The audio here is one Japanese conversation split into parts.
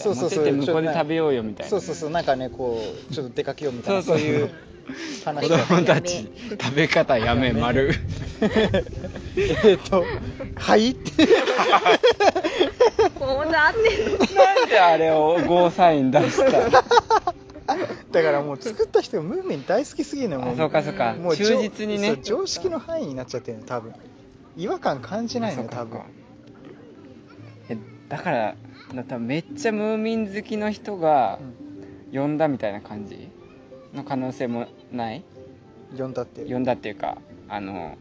ってそうそうそう持ってって向こうで食べようよみたいなそうそうそうなんかねこうちょっと出かけようみたいなそういう子話だ供たち食べ方やめ丸えっと「はい」ってもうなってんのなんであれをゴーサイン出したのだからもう作った人がムーメン大好きすぎるのよもあそうかそうかもう忠実にねそう常識の範囲になっちゃってるの多分違和感感じないのよそうか多分そうか えだからだ多分めっちゃムーミン好きの人が呼んだみたいな感じの可能性もないうん呼んだって呼んだっていうかあの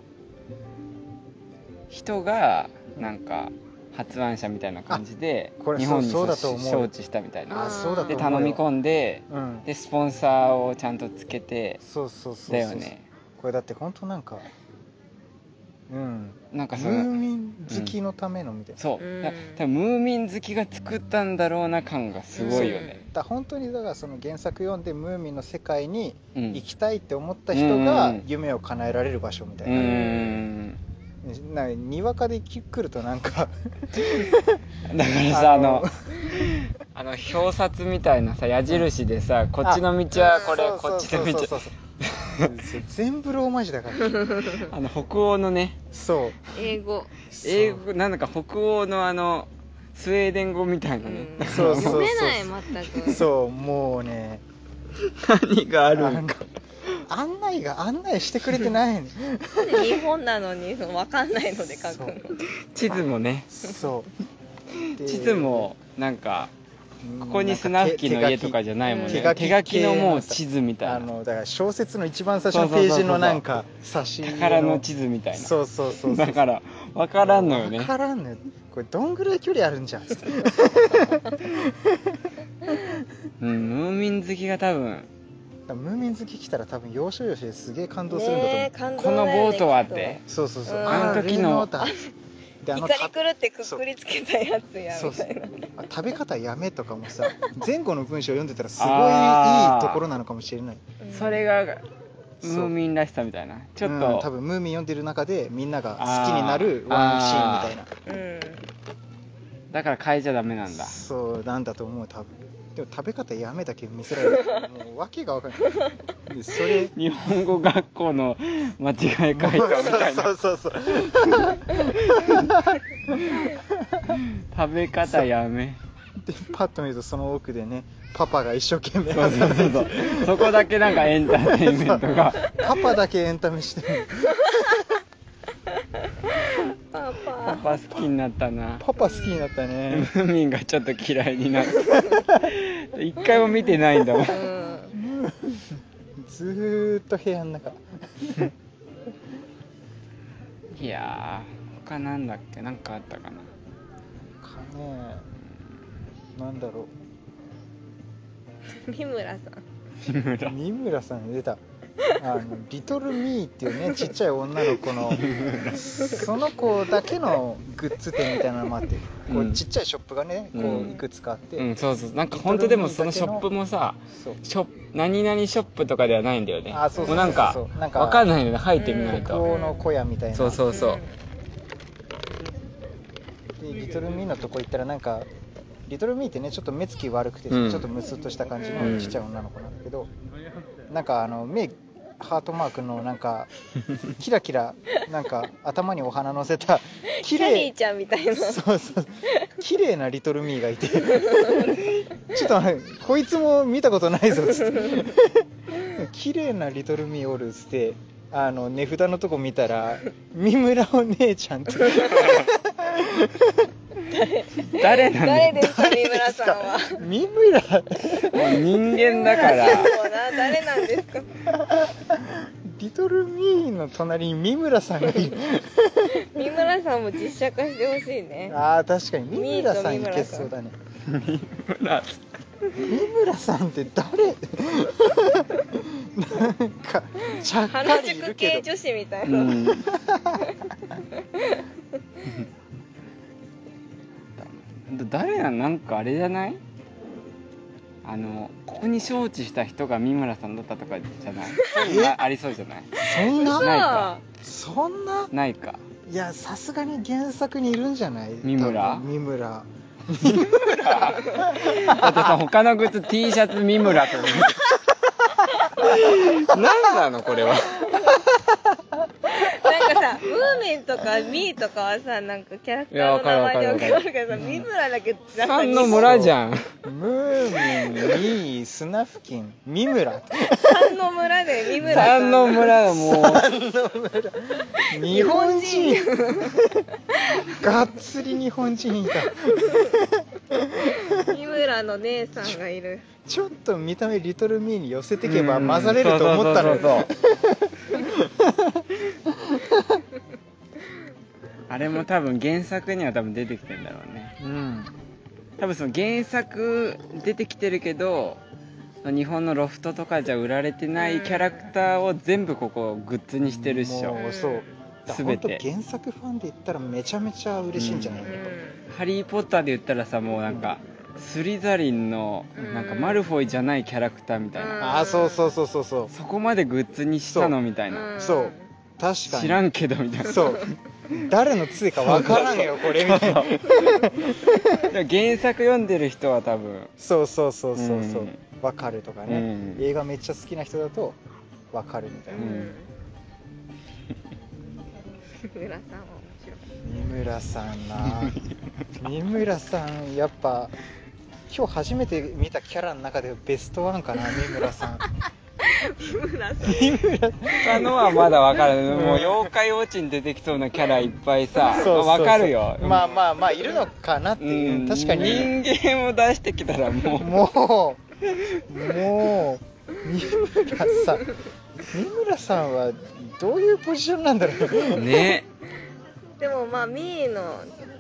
人がなんか発案者みたいな感じであこれ日本にそうそうだと招思う致したみたいなあそうだとで思う頼み込んでうんでスポンサーをちゃんとつけてそうそうそうそうだよねこれだって本当なんかうんなんかそムーのミン好きのためのみたいな、そううんだ多分ムーミン好きが作ったんだろうな感がすごいよね、だから本当にだからその原作読んでムーミンの世界にうん、行きたいって思った人がうん夢を叶えられる場所みたういな,、んなにわかで来るとなんかだからさああのの あの表札みたいなさ矢印でさ こっちの道はこれそうこっちのそう道そうはそうそう全部ローマ字だからあの北欧のねそう英語英語なんだか北欧のあのスウェーデン語みたいなね、うんそうそうそう読めない全くそうもうね何がああるんのか案内が案内してくれてないのなんで日本なのにその分かんないので書くの地図もねそうで地図もなんかここに砂吹きの家とかじゃないもんね手手書書ききのもう地図みたあいなのだから小説の一番最初のページのなんか冊子宝の地図みたいなそうそうそうそうだから分からんのよわねからんのよこれどんぐらい距離あるんじゃんつってうんムーミン好きが多分ムーミン好き来たら多分要所要所ですげえ感動するんだと思う、ねえ感動このだよボねートはってそうそうそううんあの時のレノータで怒あのり狂ってくっくりつけたやつやそうみそたういなあ食べ方やめとかもさ前後の文章を読んでたらすごいいあーいところなのかもしれないうんそれがそうムーミンらしさみたいなちょっうんと多分ムーミン読んでる中でみんなが好きになるワンシーンみたいなうんだから変えちゃダメなんだそうなんだと思う多分でも食べ方やめだけ見せられるもう訳が分かん ないでそれ日本語学校の間違い書いたみたい なそうそうそうそう食べ方やめでパッと見るとその奥でねパパが一生懸命そうそうそうそうそこだけなんかエンターテインメントがパパだけエンタメしてるパパパ好パきになったなパパ好きになったムねーミンがちょっと嫌いになった一回も見てないんだもんうんずーっと部屋の中いやー他なんだっけなんかあったかなかねなんだろ三村さん日村う三村さん出たあのリトルミーっていうねちっちゃい女の子のその子だけのグッズ店みたいなのもあってこうんうちっちゃいショップがねこううんいくつかあって、うんそうそうなんか本当でもそのショップもさそうショップ何々ショップとかではないんだよねあそうもそううそうそうなんかなんかわかんないので入ってみない北と欧の小屋みたいなそうそ うそうでリトルミーのとこ行ったらなんかリトルミーってねちょっと目つき悪くて、うんちょっとムスッとした感じうのんちっちゃい女の子なんだけど、なんかあの目ハートマークのなん かキラキラなんか頭にお花のせ たキ綺ャリー麗ちゃんみたいなそうそう綺麗なリトルミーがいて ちょっと待ってこいつも見たことないぞっつって 綺麗なリトルミーおるっつってあの値札のとこ見たら三村お姉ちゃんって誰なんだ 誰よですか三村さんは三村もう人間だからそうな誰なんですかリトルミーの隣に三村さんが いる三村さんも実写化してほしいねあー確かに三村さんいけそうだね村三村さんって 誰なんかちゃっか原りい宿る系け女子みたいうな、ん誰なんなんかあれじゃないあのここに招致した人が三村さんだったとかじゃないそういうのがありそうじゃないどそんな嘘そうないかそんなないかいやさすがに原作にいるんじゃない三村多分三村だってさ他のグッズ T シャツ三村とか何なのこれはなんかさ、ムーミンとかミーとかはさ、なんかキャラクターの名前で分かるけどさ、ミムラだけ雑さんの村じゃん。ゃんムーミンミースナフキンミムラ三の村でミムさラさんんの村はもう日本人がっつり日本人いたミムラの姉さんがいる。ちょっと見た目リトルミーに寄せてけば混ざれると思ったのうんそうそうそうそうあれも多分原作には多分出てきてんだろうねうん多分その原作出てきてるけど日本のロフトとかじゃ売られてないキャラクターを全部ここグッズにしてるっしょもうそうだ全て本当原作ファンで言ったらめちゃめちゃ嬉しいんじゃない、うやっぱ「ハリー・ポッター」で言ったらさもうなんかスリザリンのうんなんかマルフォイじゃないキャラクターみたいなうんああそうそうそうそうそうそこまでグッズにしたのみたいなうんそう確かに知らんけどみたいなそう誰の杖かわからんよこれみたいな でも原作読んでる人は多分そうそうそうそうそううんわかるとかね、うん映画めっちゃ好きな人だとわかるみたいな、うんミムラさん三は面白い。村さんな 三村さんやっぱ今日初めて見たキャラの中でベストワンかな三村さん三村さん。三村他のはまだ分からない、うんもう妖怪ウォッチに出てきそうなキャラいっぱいさそうそうそう分かるよまあまあまあいるのかなってういんう確かに人間を出してきたらもう もうもう三村さん三村さんはどういうポジションなんだろうねでもまあ、ミーの、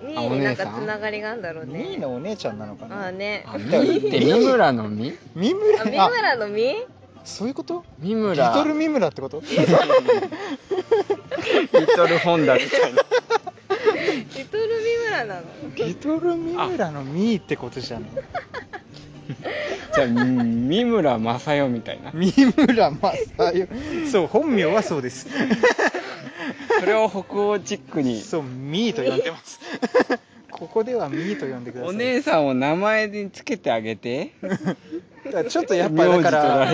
ミーになんかつながりがあるんだろうね。ミーのお姉ちゃんなのかあなあね。あみって三村のみ三あ、村ミムあラのミそういうこと三リ村トル三村ってことリトルホンダみたいなリトルミムラなのリトル三村のミーってことじゃないじゃあうん三村正代みたいな三村正代そう本名はそうですそれを北欧チックにそうミーと呼んで ますここではミーと呼んでくださいお姉さんを名前につけてあげてだからちょっとやっぱだか名ら字取ら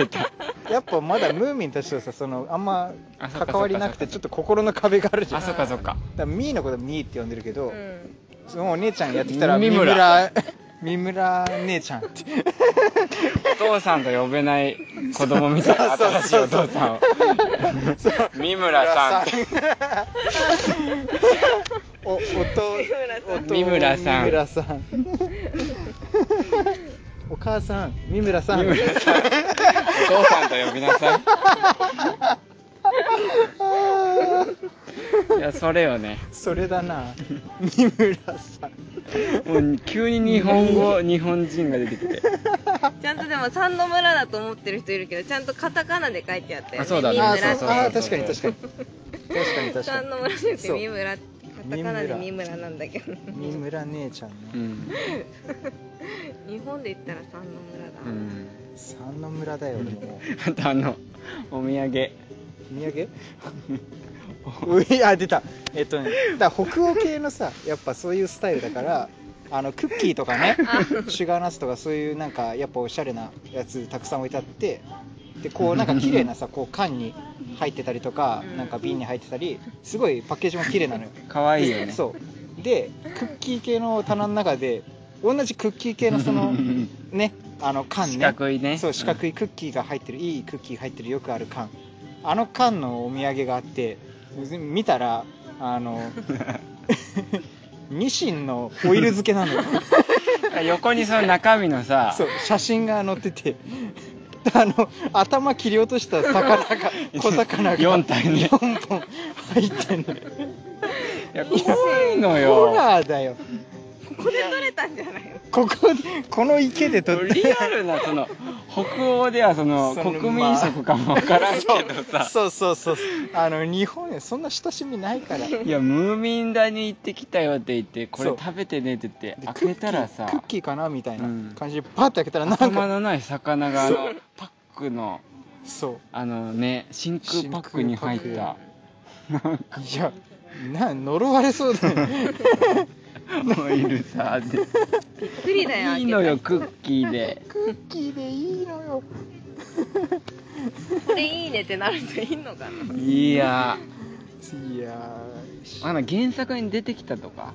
やっぱまだムーミンたちとさそのあんまあそっか関わりなくてちょっと心の壁があるじゃあんそだっかかそっからミーのことミーって呼んでるけど、うん。そのお姉ちゃんやってきたら三三村村三村姉ちゃんってお父さんと呼べない子供みたいな新しいお父さんを三村さんおおとおと三村さん三村さんお母さん三村さん三村さんお父さんと呼びなさいいやそれよねそれだな三村さんもう急に日本語日本人が出てきてちゃんとでも三の村だと思ってる人いるけど、ちゃんとカタカナで書いてあったよね。あそうだねミムラあっそてうあ確かに確かに確かに確か三にの村じゃなくてそうミムラ、カタカナでミムラなんだけど。三村姉ちゃんね、うん、日本で言ったら三の村だ。うん、三の村だよもあとあのおう土産お土産ういあ出たえっとねだから北欧系のさやっぱそういうスタイルだからあのクッキーとかねシュガーナッツとかそういうなんかやっぱおしゃれなやつたくさん置いてあってでこうなんか綺麗なさこう缶に入ってたりとかうんなんか瓶に入ってたりすごいパッケージも綺麗なのよ可愛いよねそうでクッキー系の棚の中で同じクッキー系のそ のねあの缶ね四角いねそう四角いクッキーが入ってる、いいクッキー入ってるよくある缶あの缶のお土産があって見たらあ のニシンのオイル漬けな のよ横にその中身のさそう写真が載っててであの頭切り落とした魚が 小魚が4体ね4本入ってんのいや怖いのよホラーだよここで取れたんじゃないのここでこの池で撮って リアルなその北欧ではそのその国民食かもわからんけどさそうそうそうそうあの日本でそんな親しみないからでいやムーミン谷に行ってきたよって言ってこれそう食べてねって言って開クッけキーたらさクッキーかなみたいなうん感じでパッて開けたらなん頭かのない魚があのパックのそあのね真空パック に入っうたいやな呪われそうだよね オイルさでびっくりだよいいのよ開けたクッキーでクッキーでいいのよ人これいいねってなるといいのかないやいやーあの原作に出てきたとか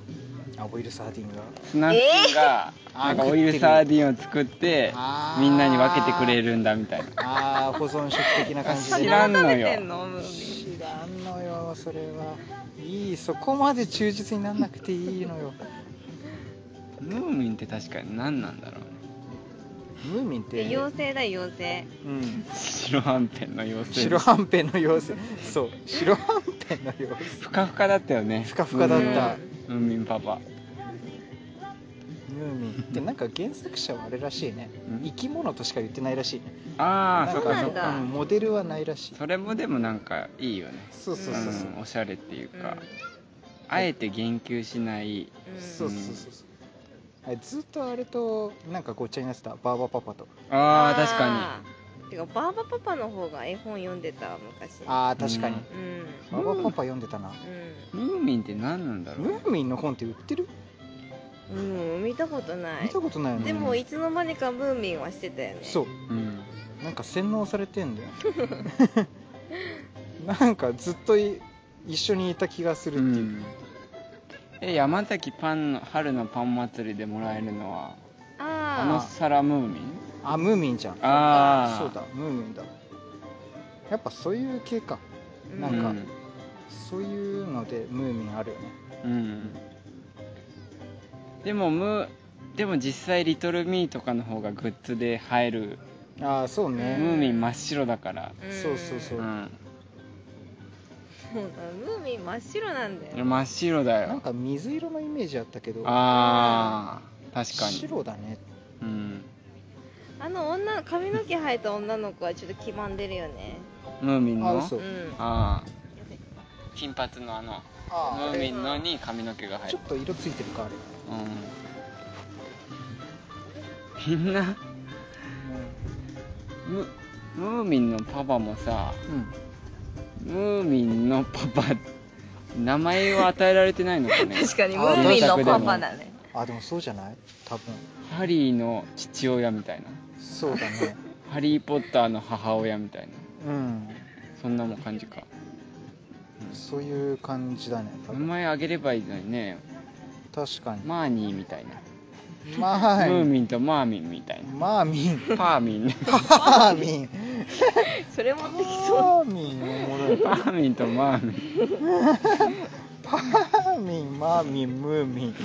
あオイルサーディンがスナックが、なんかオイルサーディンを作ってあーみんなに分けてくれるんだみたいなああ保存食的な感じで 知らんのよ食べてんのムー知らんのよそれはいいそこまで忠実になんなくていいのよムーミンって確かに何なんだろうねムーミンっミてン妖精だよ妖精うん白はんぺんの妖精白はんぺんの様子そう白はんぺんの様子ふかふかだったよねふかふかだったムーミンムーミンパパムーミンってなんか原作者はあれらしいねうん生き物としか言ってないらしいねあなあそんっかかなそんっだかうんモデルはないらしいそれもでもなんかいいよねそうそうそうそううんおしゃれっていうか、うんあえて言及しないそうそうそうそうあれずっとあれとなんかごっちゃになってたバーバパパとああ確かにてかバーバパパの方が絵本読んでた昔ああ確かに、うんうんバーバパパ読んでたなにムーミンって何なんだろムうーミンの本って売ってるうん、うん、見たことな見いたことないよでねもいつの間にかムーミンはしてたよねそううんなんか洗脳されてん だよなんかずっとい一緒にいた気がするっていう、え山崎パンの春のパン祭りでもらえるのはあのあ皿ムーミンあムーミンじゃんああそうだムーミンだやっぱそういう系かあなんかうそういうのでムーミンあるよねうんでもムでも実際リトルミーとかの方がグッズで映えるああそうムね、ーミン真っ白だからそうそうそううんそうだムーミン真っ白なんだよ真っ白だなんよか水色のイメージあったけどああ確かに白だねうんあの女髪の毛生えた女の子はちょっと黄ばんでるよねムーミンのあ嘘うんああ金髪のあのムあーミンのに髪の毛があ入ちるょっと色ついてるかあれ、 うんみんなムムーミンのパパもさうんうんムーミンのパパ名前を与えられてないのかね確かにムあーミンのパパだねあでもそうじゃない多 分ハリーの父親みたいなそうだねハリー・ポッターの母親みたいうなんそんなもん感じかそういう感じだね多名分前あげればいいのにね確かにマーニーみたいな、まあムーミンとマーミンみたいなマーミンパーミンパーミンそれ持ってきそうパーミンおもろいパーミンとマーミンパーミンマーミンムーミン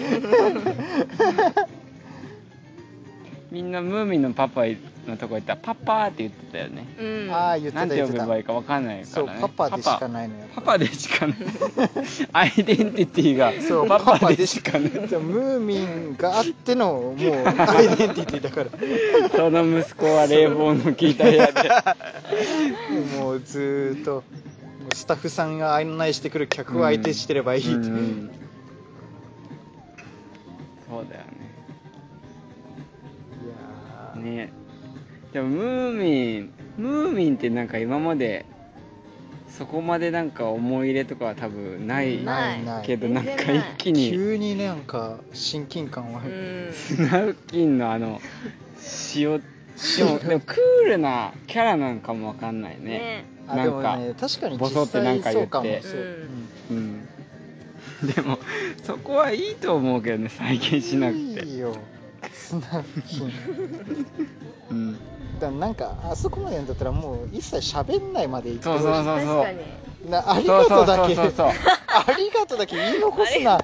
みんなムーミンのパパのとこ行ったらパパーって言ってたよねうんああ言ってなたんて言っ呼てべたばいいか分かんないかそうらねパパでしかいないのよパパでしかない アイデンティティがそうパパパパででししかないじゃあムーミンがあってのもう アイデンティティだからその息子は冷房の効いた部屋でもうずーっともうスタッフさんが案内してくる客を相手してればいいって、うんそうだよいやー、ねねでもムーミンムーミンってなんか今までそこまでなんか思い入れとかは多分ないないけど全なん然かない一気に急になんか親近感は、うるんスナウキンのあの塩で もでもクールなキャラなんかもわかんないねねあでもなんかね確かにボソ実ってなん際かそ言っうかもてそう、ううんんでもそこはいいと思うけどね再現しなくうんていいよスナフキンうんだからなんかあそこまでやんだったらもう一切喋んないまで行ってそうほしいそうそうそ確うかになありがとうだけそうそうそうそ うありがとうだけ言い残す な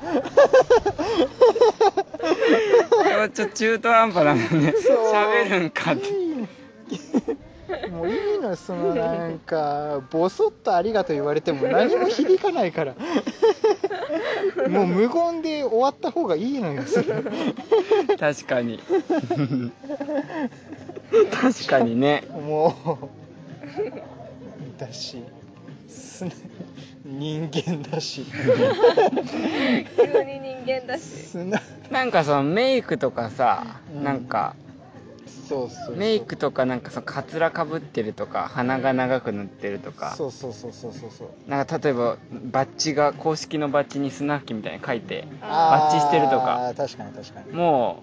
これはちょっと中途半端なのねそう喋るんかってもういいのよそのなんかボソッと「ありがとう」言われても何も響かない からもう無言で終わった方がいいのよそれ確かに確かにねもうだしす人間だし急に人間だしすななんかそのメイクとかさ、うんなんかそうそうそうメイクとかなんかそのカツラかぶってるとか鼻が長くなってるとかそうそうそうそうそうそうなんか例えばバッジが公式のバッジに砂吹きみたいに書いてバあッチしてるとかあー確かに確かにも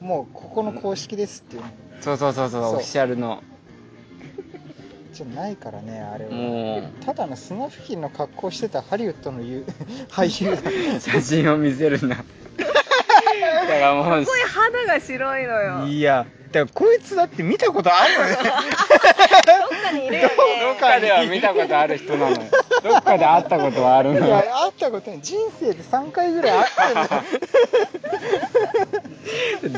もうここの公式ですっていうのうそうそうそうそうそうオフィシャルのじゃないからねあれはもただの砂付近の格好してたハリウッドのゆ 俳優う写真を見せるなだからもうこれ肌が白いのよ。いやだからこいつだって見たことあるよねどっかにいるよね。どっかでは見たことある人なのよどっかで会ったことはあるいのやよ会ったことない人生で3回ぐらいあったんだよ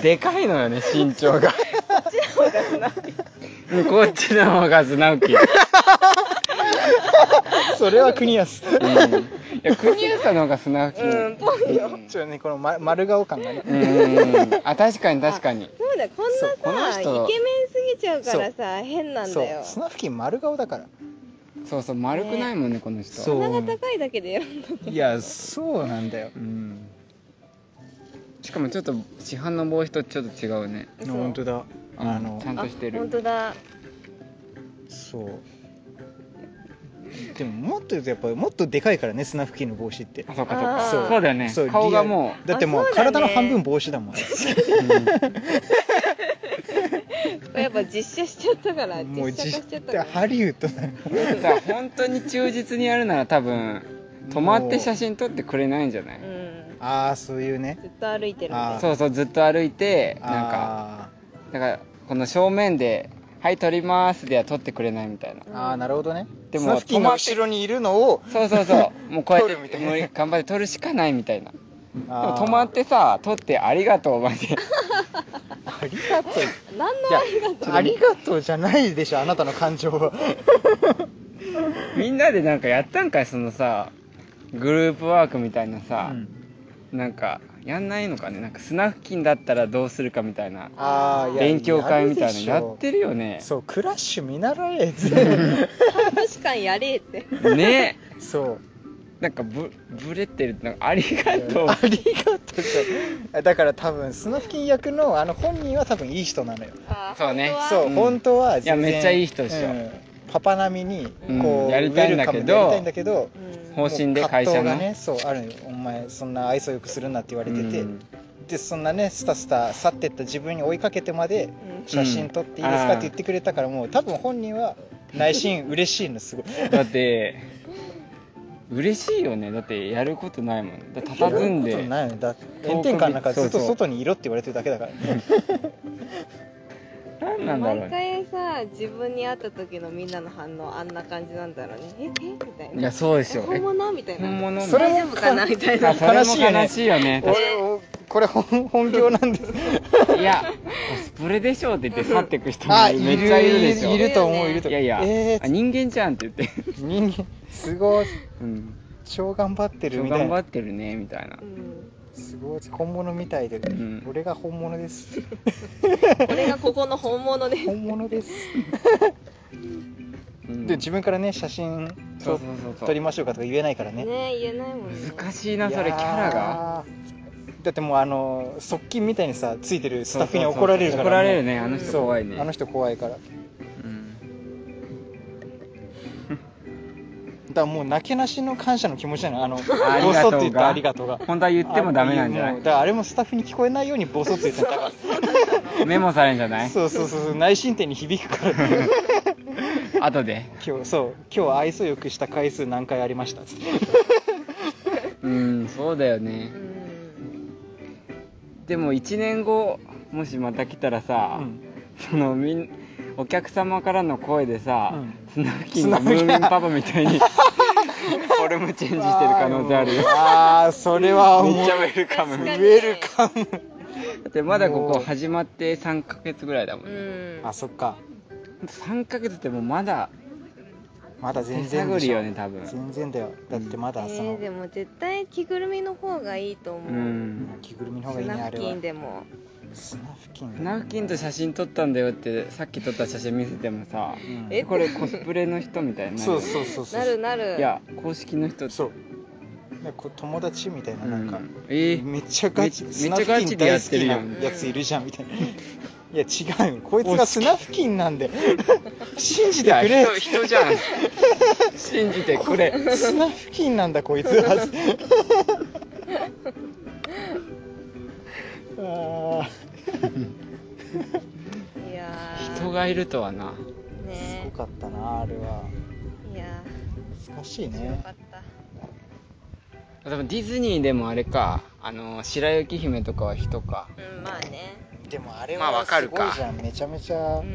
でかいのよね身長がうんこっちの方が砂浮き それは国安うんいや国安さんの方が砂浮きうん、ぽいよ。ちょっとねこの、ま、丸顔感がねうんあ確かに確かにそうだよ、こそうんこのなさ、イケ人メンすぎちゃうからさ、変なんそうだよ。砂付近丸顔だからそうそう丸くないもんねこの人そう鼻が高いだけで選んだの。いやそうなんだようんしかもちょっと市販の帽子とちょっと違うね嘘本当だうんあのちゃんとしてあ本る当だ。そうでももっと言うとやっぱもっとでかいからね砂付近の帽子ってあそうかそうあかーそうだよねそう顔がもだってもうあそうだね体の半分帽子だ もんこれやっぱ実写しちゃったから、もう実写化しちゃった実から。ハリウッドだよう だから本当に忠実にやるなら多分止まって写真撮ってくれないんじゃなういん。ああそういうね ずっと歩いてるみあたいーそうそうずっと歩いてなんあかだからこの正面で「はい撮ります」では撮ってくれないみたいなーあーなるほどねでも砂付近の後ろにいるのをそうそ うそうもうこうや撮るっみてたいなもう頑張って撮るしかないみたいなでも あー止まってさ撮って「ありがとう」まで ありがとうな。何のありがとう。ありがとうじゃないでしょあなたの感情 はみんなでなんかやったんかいそのさグループワークみたいなさ、うんなんかやんないのかねなんか砂付近だったらどうするかみたいなあーいや勉強会みたいなのややるでしょってるよねそうクラッシュ見習え ず確かにやれって。ねそうなんかぶぶれてるなんかありが とうありがとうじゃだから多分スノフキン役のあの本人は多分いい人なのよあーそうね本当はそう、うん本当は全然いやめっちゃいい人でしょんパパ並みにこう、うんやりたいんだウェルカけどムでやりたいんだけどうん方針で会も社う葛の藤がねそうあるよお前そんな愛想よくするなって言われてて、うんでそんなねスタスタ去ってった自分に追いかけてまでうん写真撮っていいですかって言ってくれたからもう多分本人は内心嬉しいの すごいだって嬉しいよねだってやることないもんだたたずんやることでないのだって炎天下の中ずっそうとそう外にいろって言われてるだけだから 何なんだろう毎ね回さ自分に会った時のみんなの反応あんな感じなんだろうねええみたいいなやそうでしょ本物みたいな本物それ大も丈夫かなみたいなあかそれ悲もしいよね悲しいよね俺これ本本業なんですいや、コスプレでしょって言って去ってく人もあ めっちゃいるでしょ。いると思ういいるよねると思ういやいや、えあー、人間じゃんって言って、人間すごいうん、超頑張ってるみたい頑張なってるねみたいなう。んすごい本物みたいで、ん俺が本物です これがここの本物です本物です、うんで自分からね写真撮そうそうそうそう撮りましょうかとか言えないからねね言えないもんね難しいなそれキャラが。がだってもうあの側近みたいにさついてるスタッフにそうそうそう怒られるから怒られるねねあの人怖いね。あの人怖いからだかうんらもうなけなしの感謝の気持ちなのあの ありボがソとって言うがったありがとうが本当は言ってもダメなんじゃあもなうだからあれもスタッフに聞こえないようにボソって言ってた かい？メモされるんじゃならい？そうそうそうそう内申点に響くから後で。今日そう今日愛想よくした回数何回ありましたつってうんそうだようね。んでも1年後もしまた来たらさ、うんそのみんお客様からの声でさ、うんスナフキンがムーミンパパみたいにフォルムチェンジしてる可能性あるよああそれはめ思っうちゃウェルカム確だウかにェルカムってまだここ始まって3ヶ月ぐらいだもん、うねんあそっか3ヶ月ってもうまだまだ手全然探でりしょよね多分全然だよだってまえだそのー、でも絶対着ぐるみの方がいいと思うう、ん着ぐるみの方がいいね砂あれ付近はでも砂付近スナフキンと写真撮ったんだよってさっき撮った写真見せてもさ、んえこれコスプレの人みたいになるそうそうそうそうなるなるいや公式の人そうなんかこう友達みたいななんか、うんえーめっちゃガチめスナフめっちゃガキチンでや大って好るきやなんやついるじゃんみたいないや違うよこいつが砂付近なんで信じいてやくれ人人じゃん信じてくれ砂付近なんだこ いつはあいやー人がいるとはなーすごねかったなあれはいや難しいーよねかったでもディズニーでもあれかあの白雪姫とかは人かうんまあねでもあれまあわはかするごかいじゃんめちゃめちうゃん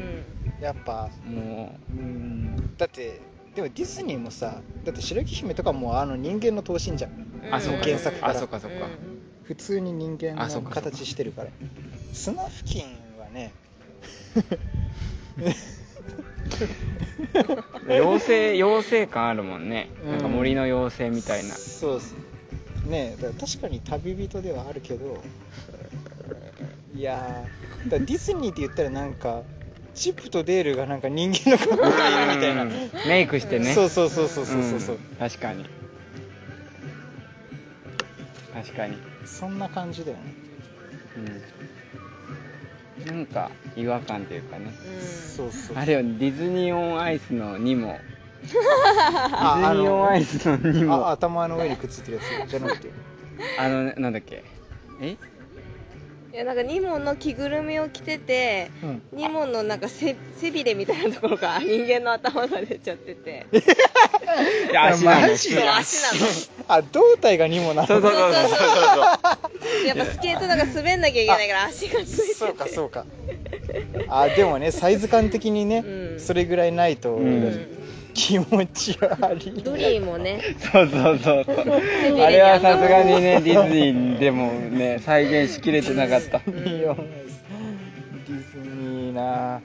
やっぱもうんだってでもディズニーもさだって白雪姫とかもうあの人間の等身じゃんあそうか原作からあそうかそうかん普通に人間あそのっかそっか形してるから砂付近はねう妖精妖精感あるもんね、うんなんか森の妖精みたいなそうっすねえだから確かに旅人ではあるけ どいやーだからディズニーって言ったらなんかチップとデールがなんか人間の格好がいるみたいな、うんメイクしてねそうそうそうそうそうそうそう、ん確かに確かにそんな感じだよねうんなんか違和感というかねうんそうそうあれよディズニー・オン・アイスのにもデあィズニー・オン・アイあスのにのもああ頭の上にくっついてるやつじゃなくてのなんだっけえいやなんかニモの着ぐるみを着ててうんニモのなんか背背びれみたいなところから人間の頭が出ちゃってていや足なのマジそう足なあ胴体がにもなそうそうそうそうそうのやっぱスケートなんか滑んなきゃいけないから足がついててそうかそうかあでもねサイズ感的にね、うんそれぐらいないと、うん気持ち悪いドリーもねそうそうそうそうあれはさすがにねディズニーでもね再現しきれてなかったディズニーな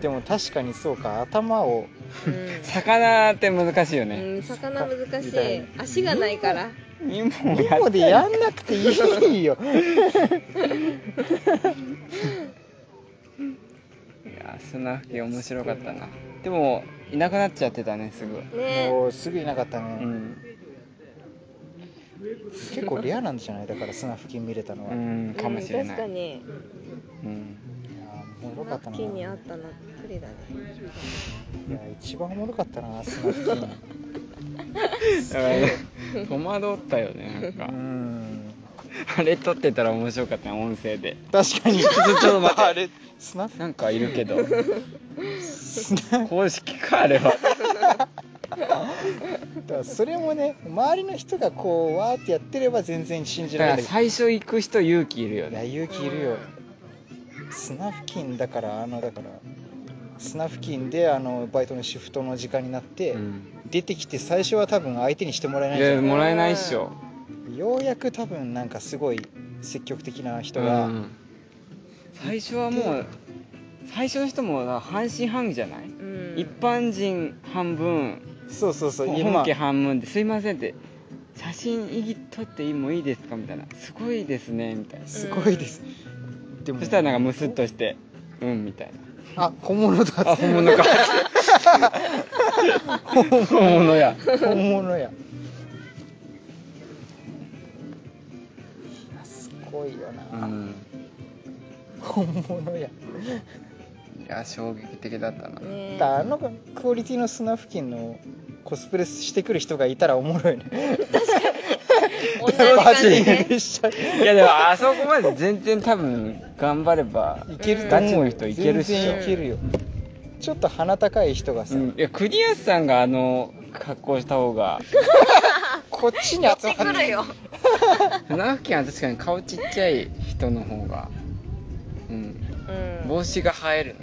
でも確かにそうか頭 をう魚って難しいよねん、うん、魚難しい足がないからにもニやモでやんなくていいよいや砂吹き面白かったなでもいなくなっちゃってた ねすぐねもうすぐいなかったうね、ん結構レアなんじゃないだから砂付近見れたのは、ういやんかもしれうんな確かいにうんーおもろかった付な近にあったのびっくりだねいや一番おもろかったな砂付近だからね戸惑ったよねう なんかんあれ撮ってたら面白かったね音声で確かにちょちょっと待ってあれ砂なんかいるけど砂公式かあれはだからそれもね周りの人がこうわーってやってれば全然信じだらかれらない最初行く人勇気いるよいやね勇気いるよ砂付近だからあのだから砂付近であのバイトのシフトの時間になって、うん出てきて最初は多分相手にしてもらえないいじゃやんもらえないっしょようやく多分なんかすごい積極的な人うがん最初はもう最初の人も半信半疑じゃないうん一般人半分そうそうそう本家半分ですいませんって写真いぎ撮ってもいいですかみたいなすごいですねみたいなすごいですでもそしたらなんかムスッとしてうんみたいなあ本物だあ本物か 本物や 本物やいやすごいような、ん本物やいや衝撃的だったなねだあのクオリティの砂付近のコスプレしてくる人がいたらおもろいね同じ感じね バチしちゃういやでもあそこまで全然多分頑張ればいけるガチの人いけるっしょ全然いけるよちょっと鼻高い人がさ、うんいや国安さんがあの格好した方がこっちにやっ集てまくるるよ船付近は確かに顔ちっちゃい人の方がうんうん帽子が映えるね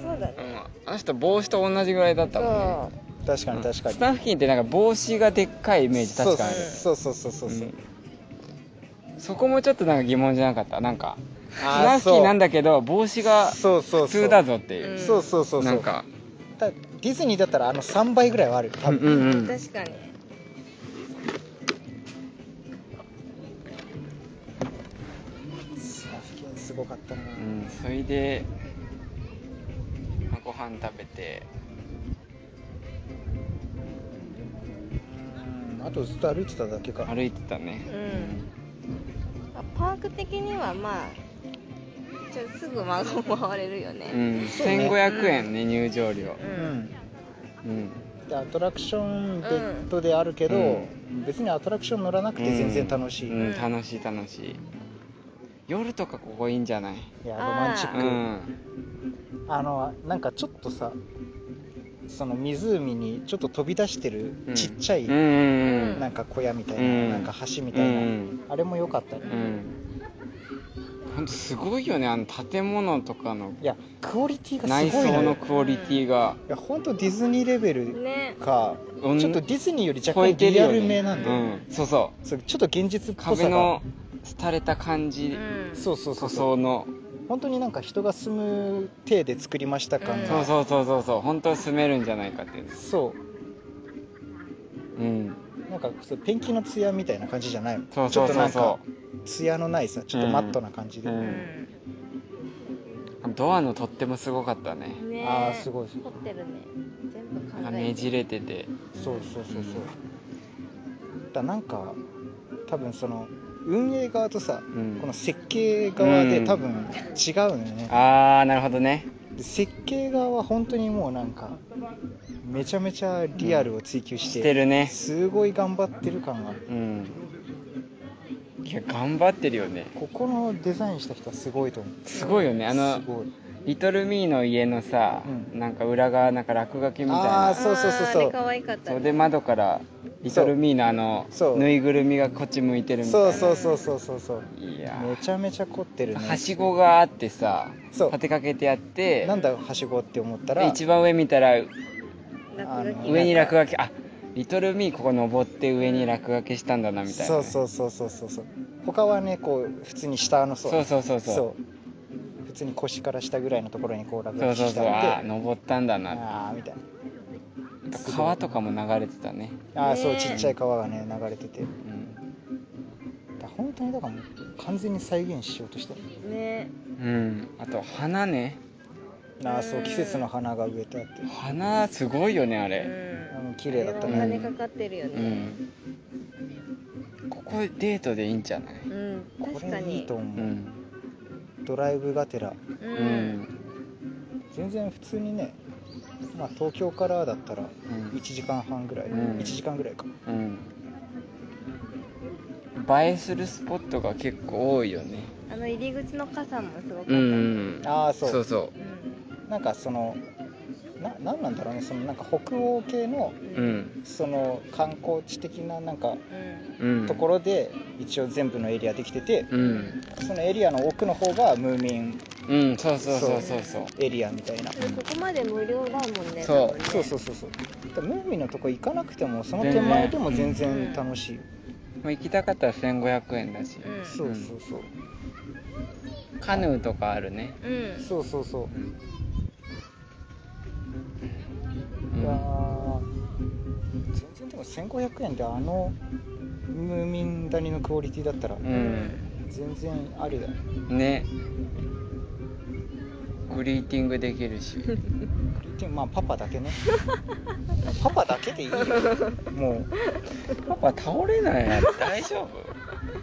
そうだねうんあの人帽子と同じぐらいだったもんねそ確かに確かに、スタッフィンってなんか帽子がでっかいイメージ確かにあるそうそうそうそうそう、うんそこもちょっとなんか疑問じゃなかったなんかスあーナフキそーうなんだけど帽子がそうそう普そう通だぞっていうそうそうそうそうなんかだディズニーだったらあの3倍ぐらいはある多うん分、うんううん確かに砂付近すごかったな、うんそれでまあご飯食べてうんあとずっと歩いてただけか歩いてたねうんパーク的にはまあちょすぐ孫回れるようねん、1500円ね入場料ううんんうんでアトラクション別途であるけど、うん別にアトラクション乗らなくて全然楽しい、ういんうん楽しい楽しい夜とかここいいんじゃないやロマンチッうク、んあのなんかちょっとさその湖にちょっと飛び出してるうんちっちゃい、うんうんなんか小屋みたいな、うんなんか橋みたいな、うんあれも良かったね、うんうんほんとすごいよねあの建物とかのいやクオリティがす内ごい装ののよクオリティがいや本当ディズニーレベルねか、うんちょっとディズニーより若超え干てるリアよルねめなんだよ、うんそうそうそうちょっと現実っぽ壁さのが廃れた感うじんそうそうそ塗うそう装の本当になんか人が住む体で作りました感うがんそうそうそうそうそう本当住めるんじゃないかっていうそうんうなんかそうペンキの艶みたいな感じじゃないのそうそちょっうそうとそなんか艶のないさちょっとマットな感じで、うんううドアの取っ手もすごかったねんねああすごい凝ってるね全部考なんかえねてじれててそうそうそうそう、だなんか多分その運営側とさ、んこの設計側でうん多分違うのよね、ああなるほどねで設計側は本当にもうなんかめちゃめちゃリアルを追求し,、しててるねすごい頑張ってる感があるうんいや頑張ってるよねここのデザインした人はすごいと思うすごいよねあのすごいリトルミーの家のさ、うんなんか裏側なんか落書きみたいあなーそうそうそうそうあーあれ可愛かったそねうで窓からリトルミーのあのそうぬいぐるみがこっち向いてるみたいそなうそうそうそうそうそういやめちゃめちゃ凝ってるねーはしごがあってさそう立てかけてあってなんだはしごって思ったでら一番上見たら落書き上に落書きあリトルミーここ登って上に落書きしたんだなみたいなそうそうそうそうそうそう他はねこう普通に下の層そうそうそうそうそう普通に腰から下ぐらいのところにこう落そう書きそうしそてうあああって登ったんだなああみたいなあと川とかも流れてたね、ああねえそうちっちゃい川がね流れててうんだ本当にだからもう完全に再現しようとしてるねうん、あと花ねああそう季節の花が植えてあって花すごいよねあうれんうん綺麗だったねあれはお金かかってるようねん、ここデートでいいんじゃないうんこ確かれいにいとう思う、ん、ドライブがてらううんん全然普通にねまあ東京からだったらうん1時間半ぐらい、うん1時間ぐらいかうん、映えするスポットが結構多いよねあの入り口の傘もすごかったうねんううんああそうそうそんなんかそのななんなんだろうねそのなんか北欧系のうううんんその観光地的ななんかうんうんところで一応全部のエリアできてて、うんそのエリアの奥の方がムーミンうんそうそうそうそうそうエリアみたいな、でもここまで無料だもんねそう多分ねそうそうそうそうだからムーミンのとこ行かなくてもその手前でも全然楽しい、もう行きたかったら1500円だしうんそうそうそうカヌーとかあるねうんそうそうそうう、んいやー全然でも1500円であのムーミン谷のクオリティだったらうん全然ありだよ、うんねグリーティングできる しでもまあパパだけね パパだけでいいよもうパパ倒れないや大丈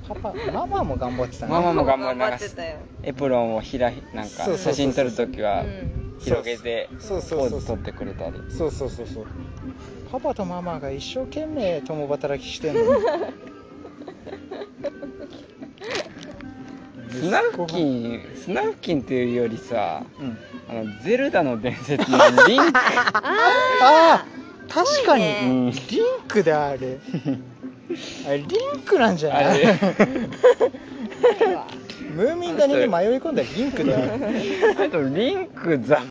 夫パパママも頑張ってたね ママも頑張る張ってたよエプロンをひらなそうそうんそかうそう写真撮るときはうん広げてポそうそうそうーズ撮ってくれたりそうそうそうそうパパとママが一生懸命共働きしてんのにスナフキンスナフキンっていうよりさうんあのゼルダの伝説のリン クああ確かに、ねうリんンクだあれあれリンクなんじゃあない れムーミン谷に迷い込んだらリンクだよあとリンクザ